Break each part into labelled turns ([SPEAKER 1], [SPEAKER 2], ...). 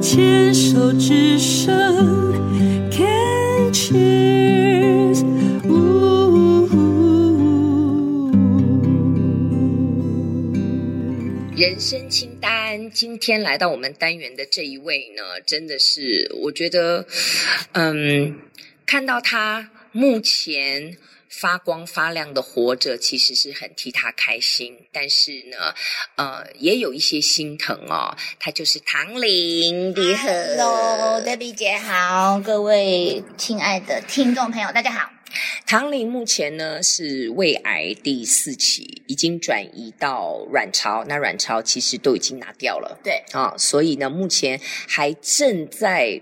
[SPEAKER 1] 牵手之声，Can cheers。
[SPEAKER 2] 人生清单，今天来到我们单元的这一位呢，真的是我觉得，嗯，看到他目前发光发亮的活着，其实是很替他开心。但是呢，呃，也有一些心疼哦。他就是唐玲，你好
[SPEAKER 3] Hello，Debbie 姐好，各位亲爱的听众朋友，大家好。
[SPEAKER 2] 唐玲目前呢是胃癌第四期，已经转移到卵巢，那卵巢其实都已经拿掉了。
[SPEAKER 3] 对，
[SPEAKER 2] 啊，所以呢，目前还正在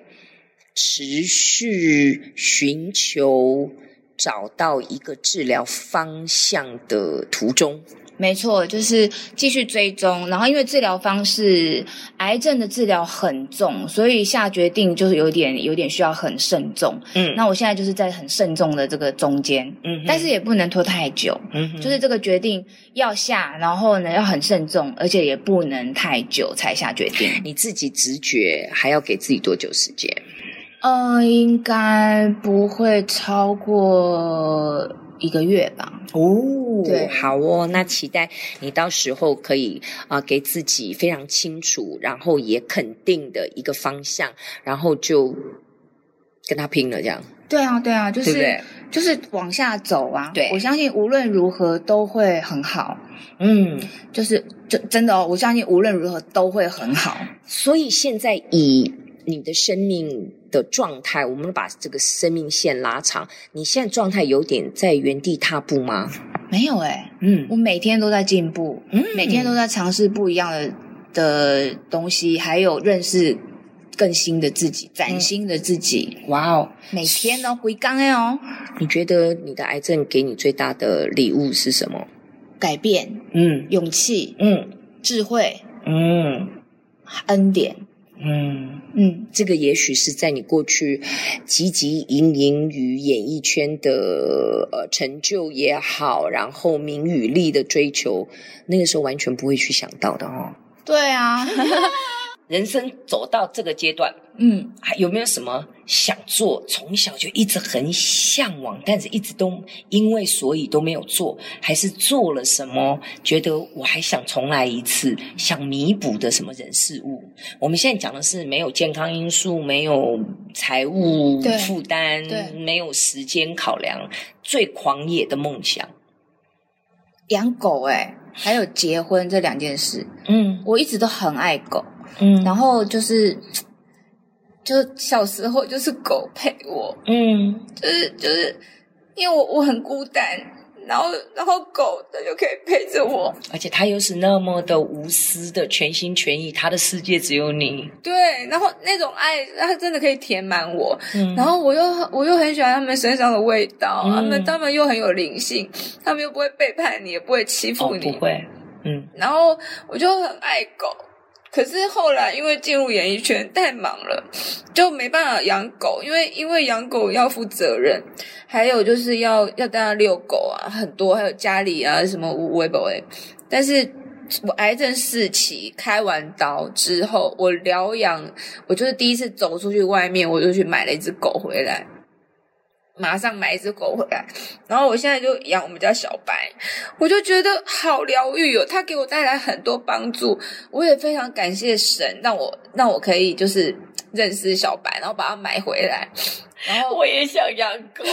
[SPEAKER 2] 持续寻求找到一个治疗方向的途中。
[SPEAKER 3] 没错，就是继续追踪。然后因为治疗方式，癌症的治疗很重，所以下决定就是有点有点需要很慎重。
[SPEAKER 2] 嗯
[SPEAKER 3] 那我现在就是在很慎重的这个中间，
[SPEAKER 2] 嗯
[SPEAKER 3] 但是也不能拖太久，
[SPEAKER 2] 嗯
[SPEAKER 3] 就是这个决定要下，然后呢要很慎重，而且也不能太久才下决定。
[SPEAKER 2] 你自己直觉还要给自己多久时间？
[SPEAKER 3] 呃，应该不会超过一个月吧。
[SPEAKER 2] 哦
[SPEAKER 3] 对
[SPEAKER 2] 好哦，那期待你到时候可以啊、呃给自己非常清楚，然后也肯定的一个方向，然后就跟他拼了，这样
[SPEAKER 3] 对啊，对啊，就
[SPEAKER 2] 对
[SPEAKER 3] 是
[SPEAKER 2] 不对？
[SPEAKER 3] 就是往下走啊。
[SPEAKER 2] 对
[SPEAKER 3] 我相信无论如何都会很好。
[SPEAKER 2] 嗯，
[SPEAKER 3] 就是真真的哦，我相信无论如何都会很好。
[SPEAKER 2] 所以现在以你的生命的状态，我们把这个生命线拉长，你现在状态有点在原地踏步吗？
[SPEAKER 3] 没有诶、欸
[SPEAKER 2] 嗯
[SPEAKER 3] 我每天都在进步，
[SPEAKER 2] 嗯
[SPEAKER 3] 每天都在尝试不一样的的东西，还有认识更新的自己，崭新的自己。
[SPEAKER 2] 哇哦！
[SPEAKER 3] 每天都回刚诶哦，
[SPEAKER 2] 你觉得你的癌症给你最大的礼物是什么？
[SPEAKER 3] 改变、
[SPEAKER 2] 嗯
[SPEAKER 3] 勇气、
[SPEAKER 2] 嗯
[SPEAKER 3] 智慧、
[SPEAKER 2] 嗯
[SPEAKER 3] 恩典。
[SPEAKER 2] 嗯。
[SPEAKER 3] 嗯，
[SPEAKER 2] 这个也许是在你过去汲汲营营于演艺圈的呃成就也好，然后名与利的追求，那个时候完全不会去想到的哦。
[SPEAKER 3] 对啊，
[SPEAKER 2] 人生走到这个阶段，
[SPEAKER 3] 嗯，
[SPEAKER 2] 还有没有什么想做？从小就一直很向往，但是一直都因为所以都没有做，还是做了什么？觉得我还想重来一次，想弥补的什么人事物？我们现在讲的是没有健康因素，没有财务
[SPEAKER 3] 对
[SPEAKER 2] 负担
[SPEAKER 3] 对，
[SPEAKER 2] 没有时间考量，最狂野的梦想。
[SPEAKER 3] 养狗诶、还有结婚这两件事，
[SPEAKER 2] 嗯
[SPEAKER 3] 我一直都很爱狗。
[SPEAKER 2] 嗯
[SPEAKER 3] 然后就是，就是小时候就是狗陪我，
[SPEAKER 2] 嗯
[SPEAKER 3] 就是就是因为我我很孤单，然后然后狗它就可以陪着我，
[SPEAKER 2] 而且他又是那么的无私的、全心全意，他的世界只有你。
[SPEAKER 3] 对，然后那种爱它真的可以填满我，
[SPEAKER 2] 嗯
[SPEAKER 3] 然后我又我又很喜欢它们身上的味道，
[SPEAKER 2] 嗯
[SPEAKER 3] 它们它们又很有灵性，它们又不会背叛你，也不会欺
[SPEAKER 2] 哦
[SPEAKER 3] 负你，
[SPEAKER 2] 不会，嗯。
[SPEAKER 3] 然后我就很爱狗，可是后来因为进入演艺圈太忙了，就没办法养狗，因为因为养狗要负责任，还有就是要要带它遛狗啊，很多还有家里啊什么无微不微，但是。我癌症四期，开完刀之后，我疗养，我就是第一次走出去外面，我就去买了一只狗回来，马上买一只狗回来，然后我现在就养我们家小白，我就觉得好疗愈哦，它给我带来很多帮助，我也非常感谢神，让我让我可以就是认识小白，然后把它买回来，然后
[SPEAKER 2] 我也想养 狗，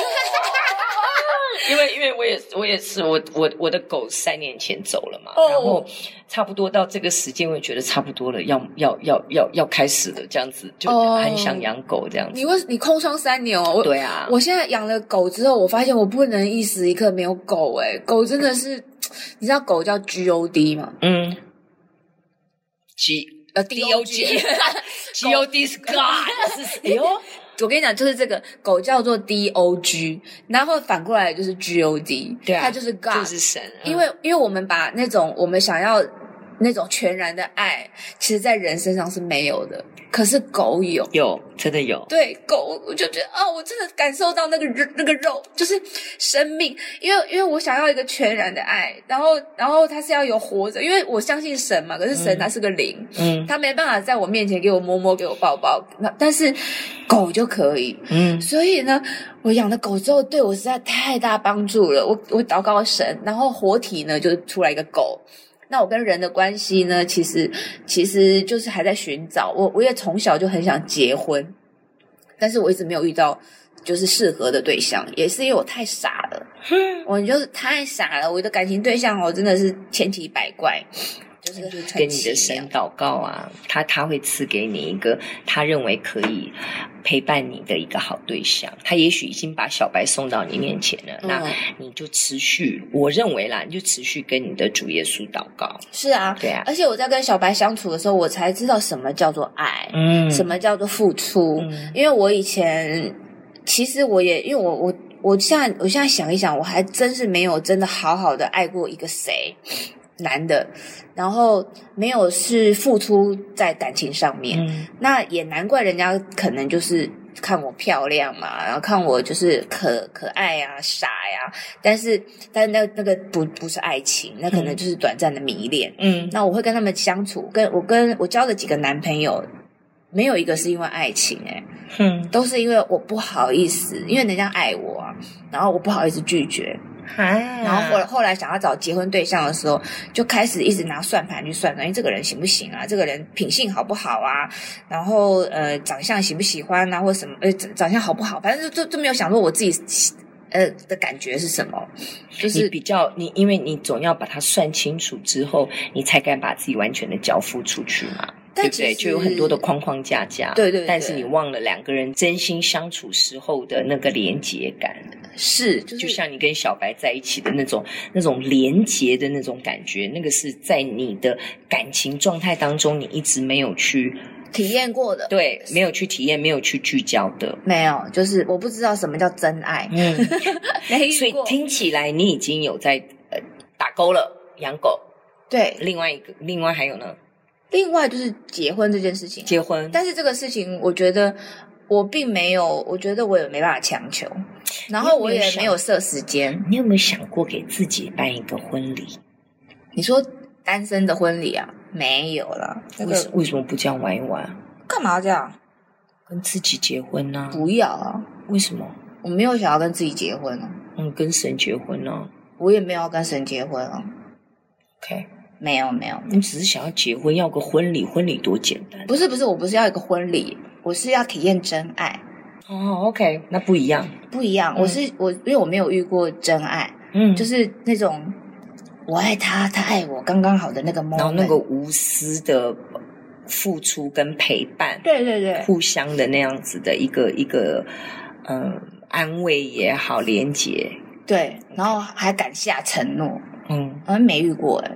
[SPEAKER 2] 因为因为我也我也是我我我的狗三年前走了嘛，
[SPEAKER 3] 哦
[SPEAKER 2] 然后差不多到这个时间，我也觉得差不多了，要要要要要开始了，这样子就
[SPEAKER 3] 哦
[SPEAKER 2] 很想养狗这样子。
[SPEAKER 3] 你为你空窗三年哦，我
[SPEAKER 2] 对啊，
[SPEAKER 3] 我现在养了狗之后，我发现我不能一时一刻没有狗、诶，狗真的是，你知道狗叫 GOD 吗？
[SPEAKER 2] 嗯，G
[SPEAKER 3] 呃
[SPEAKER 2] D O G G O D 是 God 是哦
[SPEAKER 3] 哎呦，我跟你讲，就是这个狗叫做 DOG，然后反过来就是 GOD，
[SPEAKER 2] 对啊
[SPEAKER 3] 它就是 God，
[SPEAKER 2] 就是神，嗯
[SPEAKER 3] 因为因为我们把那种我们想要那种全然的爱，其实在人身上是没有的，可是狗有。
[SPEAKER 2] 有，真的有。
[SPEAKER 3] 对狗，我就觉得啊，我真的感受到那个肉那个肉，就是生命，因为因为我想要一个全然的爱，然后然后它是要有活着，因为我相信神嘛，可是神它是个灵，
[SPEAKER 2] 嗯
[SPEAKER 3] 它没办法在我面前给我摸摸给我抱抱，那但是狗就可以，
[SPEAKER 2] 嗯
[SPEAKER 3] 所以呢，我养了狗之后，对我实在太大帮助了。我我祷告神，然后活体呢就出来一个狗。那我跟人的关系呢，其实其实就是还在寻找。我我也从小就很想结婚，但是我一直没有遇到就是适合的对象，也是因为我太傻了。我就是太傻了，我的感情对象哦，真的是千奇百怪，就是很
[SPEAKER 2] 给你的
[SPEAKER 3] 奇妙
[SPEAKER 2] 神祷告啊，他他会赐给你一个他认为可以陪伴你的一个好对象。他也许已经把小白送到你面前了，那
[SPEAKER 3] 嗯
[SPEAKER 2] 你就持续，我认为啦，你就持续跟你的主耶稣祷告。
[SPEAKER 3] 是啊，
[SPEAKER 2] 对啊
[SPEAKER 3] 而且我在跟小白相处的时候，我才知道什么叫做爱，
[SPEAKER 2] 嗯
[SPEAKER 3] 什么叫做付出。
[SPEAKER 2] 嗯
[SPEAKER 3] 因为我以前其实我也因为我我我现在我现在想一想，我还真是没有真的好好的爱过一个谁男的，然后没有是付出在感情上面。
[SPEAKER 2] 嗯
[SPEAKER 3] 那也难怪人家可能就是看我漂亮嘛，然后看我就是可可爱呀、傻呀、但是但是那那个不不是爱情，那可能就是短暂的迷恋。
[SPEAKER 2] 嗯
[SPEAKER 3] 那我会跟他们相处，跟我跟我交的几个男朋友，没有一个是因为爱情、欸，
[SPEAKER 2] 嗯，
[SPEAKER 3] 都是因为我不好意思，因为人家爱我啊，然后我不好意思拒绝，然
[SPEAKER 2] 然
[SPEAKER 3] 后后来后来想要找结婚对象的时候，就开始一直拿算盘去算，哎，这个人行不行啊？这个人品性好不好啊？然后呃，长相喜不喜欢啊，或什么？呃，长长相好不好？反正就就就没有想说我自己呃的感觉是什么，就
[SPEAKER 2] 你
[SPEAKER 3] 是
[SPEAKER 2] 比较你，因为你总要把它算清楚之后，你才敢把自己完全的交付出去嘛，
[SPEAKER 3] 但
[SPEAKER 2] 对不对？
[SPEAKER 3] 其实
[SPEAKER 2] 就有很多的框框架架，
[SPEAKER 3] 对对对
[SPEAKER 2] 但是你忘了两个人真心相处时候的那个连结感，
[SPEAKER 3] 是就是
[SPEAKER 2] 就像你跟小白在一起的那种那种连结的那种感觉，那个是在你的感情状态当中，你一直没有去
[SPEAKER 3] 体验过的，
[SPEAKER 2] 对，没有去体验，没有去聚焦的。
[SPEAKER 3] 没有，就是我不知道什么叫真爱，
[SPEAKER 2] 嗯，
[SPEAKER 3] 没
[SPEAKER 2] 所以
[SPEAKER 3] 遇过。
[SPEAKER 2] 听起来你已经有在呃打勾了，养狗。
[SPEAKER 3] 对，
[SPEAKER 2] 另外一个，另外还有呢，
[SPEAKER 3] 另外就是结婚这件事情，
[SPEAKER 2] 结婚。
[SPEAKER 3] 但是这个事情，我觉得我并没有，我觉得我也没办法强求，然后我也没有设时间。
[SPEAKER 2] 你有没有想过给自己办一个婚礼？
[SPEAKER 3] 你说单身的婚礼啊，没有啦，那
[SPEAKER 2] 为什
[SPEAKER 3] 个
[SPEAKER 2] 为什么不这样玩一玩？
[SPEAKER 3] 干嘛这样？
[SPEAKER 2] 跟自己结婚呢、
[SPEAKER 3] 不要啊！
[SPEAKER 2] 为什么？
[SPEAKER 3] 我没有想要跟自己结婚啊，
[SPEAKER 2] 嗯，跟神结婚呢、
[SPEAKER 3] 我也没有要跟神结婚啊，
[SPEAKER 2] OK，
[SPEAKER 3] 没有没有，
[SPEAKER 2] 你只是想要结婚，要个婚礼，婚礼多简单。
[SPEAKER 3] 不是不是，我不是要一个婚礼，我是要体验真爱，
[SPEAKER 2] 哦，OK，那不一样。
[SPEAKER 3] 不一样。
[SPEAKER 2] 嗯
[SPEAKER 3] 我是我，因为我没有遇过真爱，
[SPEAKER 2] 嗯
[SPEAKER 3] 就是是那种我爱他，他爱我，刚刚好的那个 moment。
[SPEAKER 2] 然后那个无私的付出跟陪伴，
[SPEAKER 3] 对对对，
[SPEAKER 2] 互相的那样子的一个一个嗯安慰也好，连结。
[SPEAKER 3] 对，然后还敢下承诺，
[SPEAKER 2] 嗯，
[SPEAKER 3] 好像没遇过哎、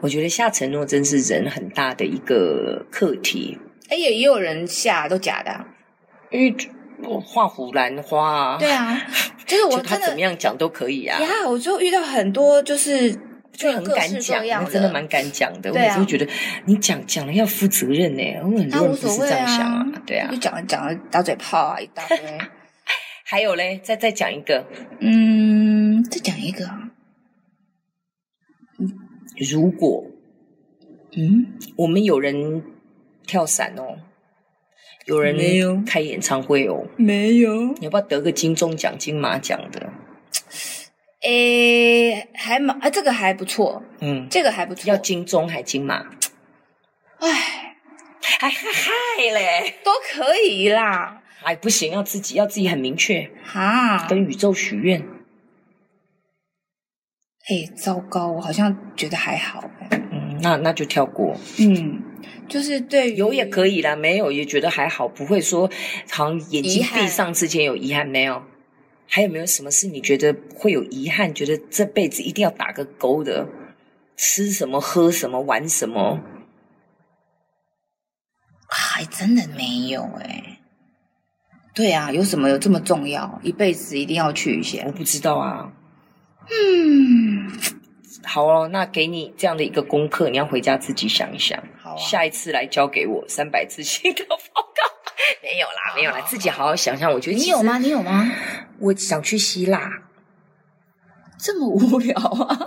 [SPEAKER 2] 我觉得下承诺真是人很大的一个课题，
[SPEAKER 3] 哎也也有人下都假的啊、
[SPEAKER 2] 因为就画虎兰花啊，
[SPEAKER 3] 对啊， 就是
[SPEAKER 2] 就
[SPEAKER 3] 我
[SPEAKER 2] 他
[SPEAKER 3] 真
[SPEAKER 2] 怎么
[SPEAKER 3] 的
[SPEAKER 2] 样讲都可以啊，
[SPEAKER 3] 呀，我就遇到很多就是
[SPEAKER 2] 就很敢
[SPEAKER 3] 各式
[SPEAKER 2] 讲
[SPEAKER 3] 各，样
[SPEAKER 2] 那真的蛮敢讲的。我
[SPEAKER 3] 对
[SPEAKER 2] 每
[SPEAKER 3] 啊
[SPEAKER 2] 次都觉得你讲讲了要负责任呢，我很
[SPEAKER 3] 他
[SPEAKER 2] 多
[SPEAKER 3] 无
[SPEAKER 2] 人不
[SPEAKER 3] 所
[SPEAKER 2] 是
[SPEAKER 3] 谓
[SPEAKER 2] 这样
[SPEAKER 3] 啊，
[SPEAKER 2] 想啊，对啊
[SPEAKER 3] 就。讲了讲了打嘴炮啊一大 堆，
[SPEAKER 2] 还有嘞，再再讲一个，
[SPEAKER 3] 嗯，再讲一个啊，
[SPEAKER 2] 如果
[SPEAKER 3] 嗯，
[SPEAKER 2] 我们有人跳伞哦，有
[SPEAKER 3] 没有
[SPEAKER 2] 人开演唱会哦，
[SPEAKER 3] 没有，
[SPEAKER 2] 你要不要得个金钟奖、金马奖的？
[SPEAKER 3] 诶，还蛮啊，这个还不错，
[SPEAKER 2] 嗯，
[SPEAKER 3] 这个还不错，
[SPEAKER 2] 要金钟还金马？
[SPEAKER 3] 哎，
[SPEAKER 2] 还嗨嗨嘞！
[SPEAKER 3] 都可以啦，
[SPEAKER 2] 哎，不行，要自己要自己很明确，
[SPEAKER 3] 哈，
[SPEAKER 2] 跟宇宙许愿。
[SPEAKER 3] 哎，糟糕，我好像觉得还好，
[SPEAKER 2] 嗯，那那就跳过。
[SPEAKER 3] 嗯，就是对于
[SPEAKER 2] 有也可以啦，没有也觉得还好，不会说好像眼睛
[SPEAKER 3] 遗憾
[SPEAKER 2] 闭上之前有遗憾没有？还有没有什么是你觉得会有遗憾，觉得这辈子一定要打个勾的？吃什么、喝什么、玩什么？
[SPEAKER 3] 还真的没有哎、对啊，有什么有这么重要？一辈子一定要去一下
[SPEAKER 2] 我。不知道啊。
[SPEAKER 3] 嗯，
[SPEAKER 2] 好哦，那给你这样的一个功课，你要回家自己想一想，
[SPEAKER 4] 好啊，
[SPEAKER 2] 下一次来交给我三百字新的报告。没有啦，没有啦，自己好好想想。我觉得
[SPEAKER 3] 你有吗？？啊你有吗？
[SPEAKER 2] 我想去希腊，
[SPEAKER 3] 这么无聊啊，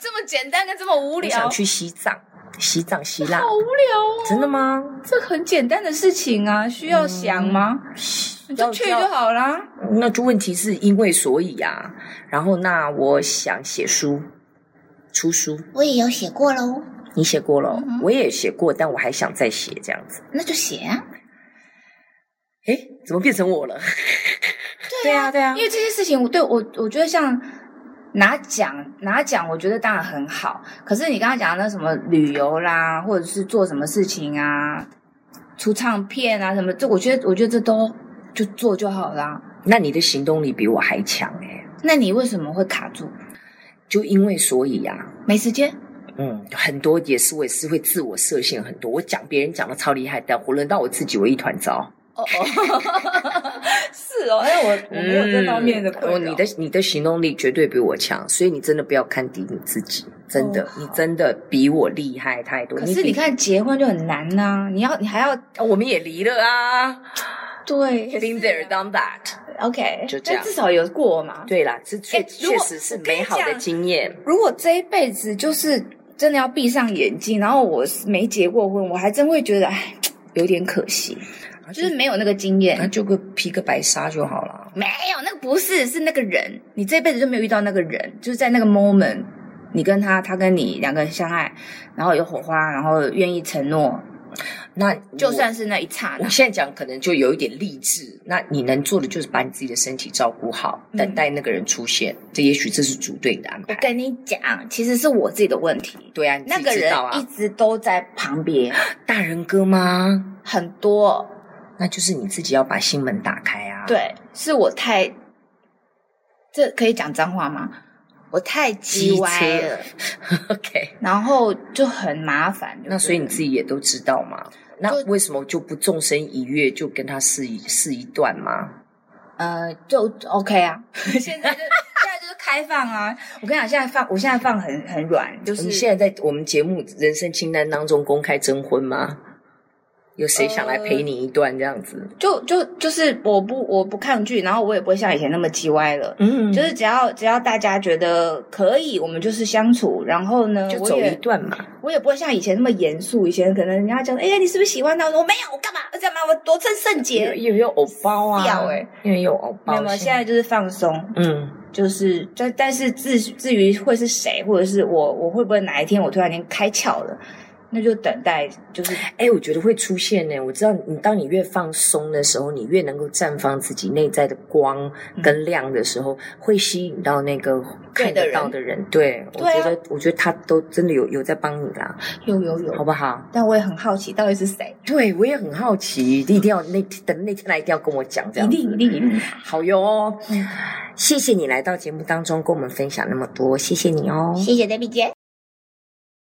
[SPEAKER 3] 这么简单跟这么无
[SPEAKER 2] 我
[SPEAKER 3] 聊，
[SPEAKER 2] 想去西藏，西藏希腊
[SPEAKER 3] 好，无聊哦。
[SPEAKER 2] 真的吗？
[SPEAKER 5] 这很简单的事情啊，需要想吗？
[SPEAKER 3] 嗯
[SPEAKER 5] 你就
[SPEAKER 2] 要
[SPEAKER 5] 去就好啦。
[SPEAKER 2] 那就问题是因为所以啊，然后那我想写书，出书，
[SPEAKER 3] 我也有写过喽，
[SPEAKER 2] 你写过了，
[SPEAKER 3] 嗯哼
[SPEAKER 2] 我也写过，但我还想再写这样子。
[SPEAKER 3] 那就写啊。
[SPEAKER 2] 诶，怎么变成我了？ 对啊，对啊
[SPEAKER 3] 因，为这些事情，我对我我觉得像拿奖拿奖，我觉得当然很好。可是你刚刚讲的那什么旅游啦，或者是做什么事情啊，出唱片啊什么，这我觉得我觉得这都就做就好啦。
[SPEAKER 2] 那你的行动力比我还强诶，
[SPEAKER 3] 那你为什么会卡住？
[SPEAKER 2] 就因为所以啊，
[SPEAKER 3] 没时间？
[SPEAKER 2] 嗯，很多也是我也是会自我设限很多。我讲别人讲的超厉害，但我轮到我自己，我一团糟。
[SPEAKER 3] 哦哦，
[SPEAKER 5] 是哦，但我我没有这方面的困
[SPEAKER 2] 哦
[SPEAKER 3] 嗯
[SPEAKER 5] 扰。
[SPEAKER 2] 你的你的行动力绝对比我强，所以你真的不要看低你自己，真的，
[SPEAKER 3] 哦好
[SPEAKER 2] 你真的比我厉害太多。
[SPEAKER 3] 可是
[SPEAKER 2] 比
[SPEAKER 3] 你，看结婚就很难呐、你要你还要
[SPEAKER 2] 哦我们也离了啊
[SPEAKER 5] 啊
[SPEAKER 3] 对
[SPEAKER 2] ，been there done that。
[SPEAKER 3] OK，
[SPEAKER 2] 就这样
[SPEAKER 3] 但至少有过嘛。
[SPEAKER 2] 对啦，这确
[SPEAKER 5] 哎如
[SPEAKER 2] 确
[SPEAKER 5] 果
[SPEAKER 2] 实是
[SPEAKER 5] 我跟你
[SPEAKER 2] 美好的
[SPEAKER 5] 讲哎
[SPEAKER 2] 经验。
[SPEAKER 3] 如果这一辈子就是真的要闭上眼睛，然后我没结过婚，我还真会觉得哎，有点可惜，就是没有那个经
[SPEAKER 2] 那
[SPEAKER 3] 验。
[SPEAKER 2] 就个披个白纱就好了。
[SPEAKER 3] 没有那个不是是那个人，你这辈子就没有遇到那个人，就是在那个 moment，你跟他，他跟你两个人相爱，然后有火花，然后愿意承诺，
[SPEAKER 2] 那
[SPEAKER 3] 就
[SPEAKER 2] 我
[SPEAKER 3] 算是那一刹那
[SPEAKER 2] 我，啊现在讲可能就有一点励志，那你能做的就是把你自己的身体照顾好，
[SPEAKER 3] 嗯
[SPEAKER 2] 等待那个人出现。这也许这是主对你的安
[SPEAKER 3] 我
[SPEAKER 2] 排。
[SPEAKER 3] 跟你讲，其实是我自己的问题。
[SPEAKER 2] 对啊，你
[SPEAKER 3] 那
[SPEAKER 2] 自
[SPEAKER 3] 个
[SPEAKER 2] 己知
[SPEAKER 3] 人
[SPEAKER 2] 道
[SPEAKER 3] 一
[SPEAKER 2] 啊。
[SPEAKER 3] 直都在旁边，
[SPEAKER 2] 大人哥吗？
[SPEAKER 3] 很多
[SPEAKER 2] 那就是你自己要把心门打开啊。，
[SPEAKER 3] 对，是我太，这可以讲脏话吗？我太
[SPEAKER 2] 机
[SPEAKER 3] 叽歪了，
[SPEAKER 2] OK，
[SPEAKER 3] 然后就很麻烦。
[SPEAKER 2] 那所以你自
[SPEAKER 3] 己
[SPEAKER 2] 己也都知道嘛。那为什么就不纵身一跃，就跟他试一试一段吗？
[SPEAKER 3] 呃，就 OK 啊。 现在就现在就是开放啊！我跟你讲，现在放，我现在放很很软，就是
[SPEAKER 2] 你现在在我们节目《人生清单》当中公开征婚吗？有谁想来陪你一段这样子？
[SPEAKER 3] 就就就是我不我不抗拒，然后我也不会像以前那么叽歪了。
[SPEAKER 2] 嗯
[SPEAKER 3] 呃就是只要只要大家觉得可以，我们就是相处，然后呢，
[SPEAKER 2] 就
[SPEAKER 3] 我
[SPEAKER 2] 走
[SPEAKER 3] 也
[SPEAKER 2] 一段嘛。
[SPEAKER 3] 我也不会像以前那么严肃，以前可能人家讲，哎、呀，你是不是喜欢他？我说我没有，我干嘛？我干嘛？我多趁圣
[SPEAKER 2] 也
[SPEAKER 3] 洁。
[SPEAKER 2] 也有偶包啊，
[SPEAKER 3] 笑欸
[SPEAKER 2] 因为有偶
[SPEAKER 3] 没
[SPEAKER 2] 包。
[SPEAKER 3] 有，没有现在就是放松，
[SPEAKER 2] 嗯，
[SPEAKER 3] 就是但但是至至于会是谁，或者是我，我会不会哪一天我突然间开窍了，那就等待，就是
[SPEAKER 2] 哎、我觉得会出现呢、我知道你，当你越放松的时候，你越能够绽放自己内在的光跟亮的时候，会吸引到那个看得到的人。对，我
[SPEAKER 3] 对啊
[SPEAKER 2] 觉得，我觉得他都真的有有在帮你啦，
[SPEAKER 3] 有有
[SPEAKER 2] 好
[SPEAKER 3] 有。
[SPEAKER 2] 不好？
[SPEAKER 3] 但我也很好奇，到底是谁？
[SPEAKER 2] 对，我也很好奇，一定要那等那天来，一定要嗯跟我讲这
[SPEAKER 3] 一
[SPEAKER 2] 样子。
[SPEAKER 3] 定一定一 定。
[SPEAKER 2] 好哟，谢谢你来到节目当中跟我们分享那么多，谢谢你哦，
[SPEAKER 3] 谢谢 Baby 姐。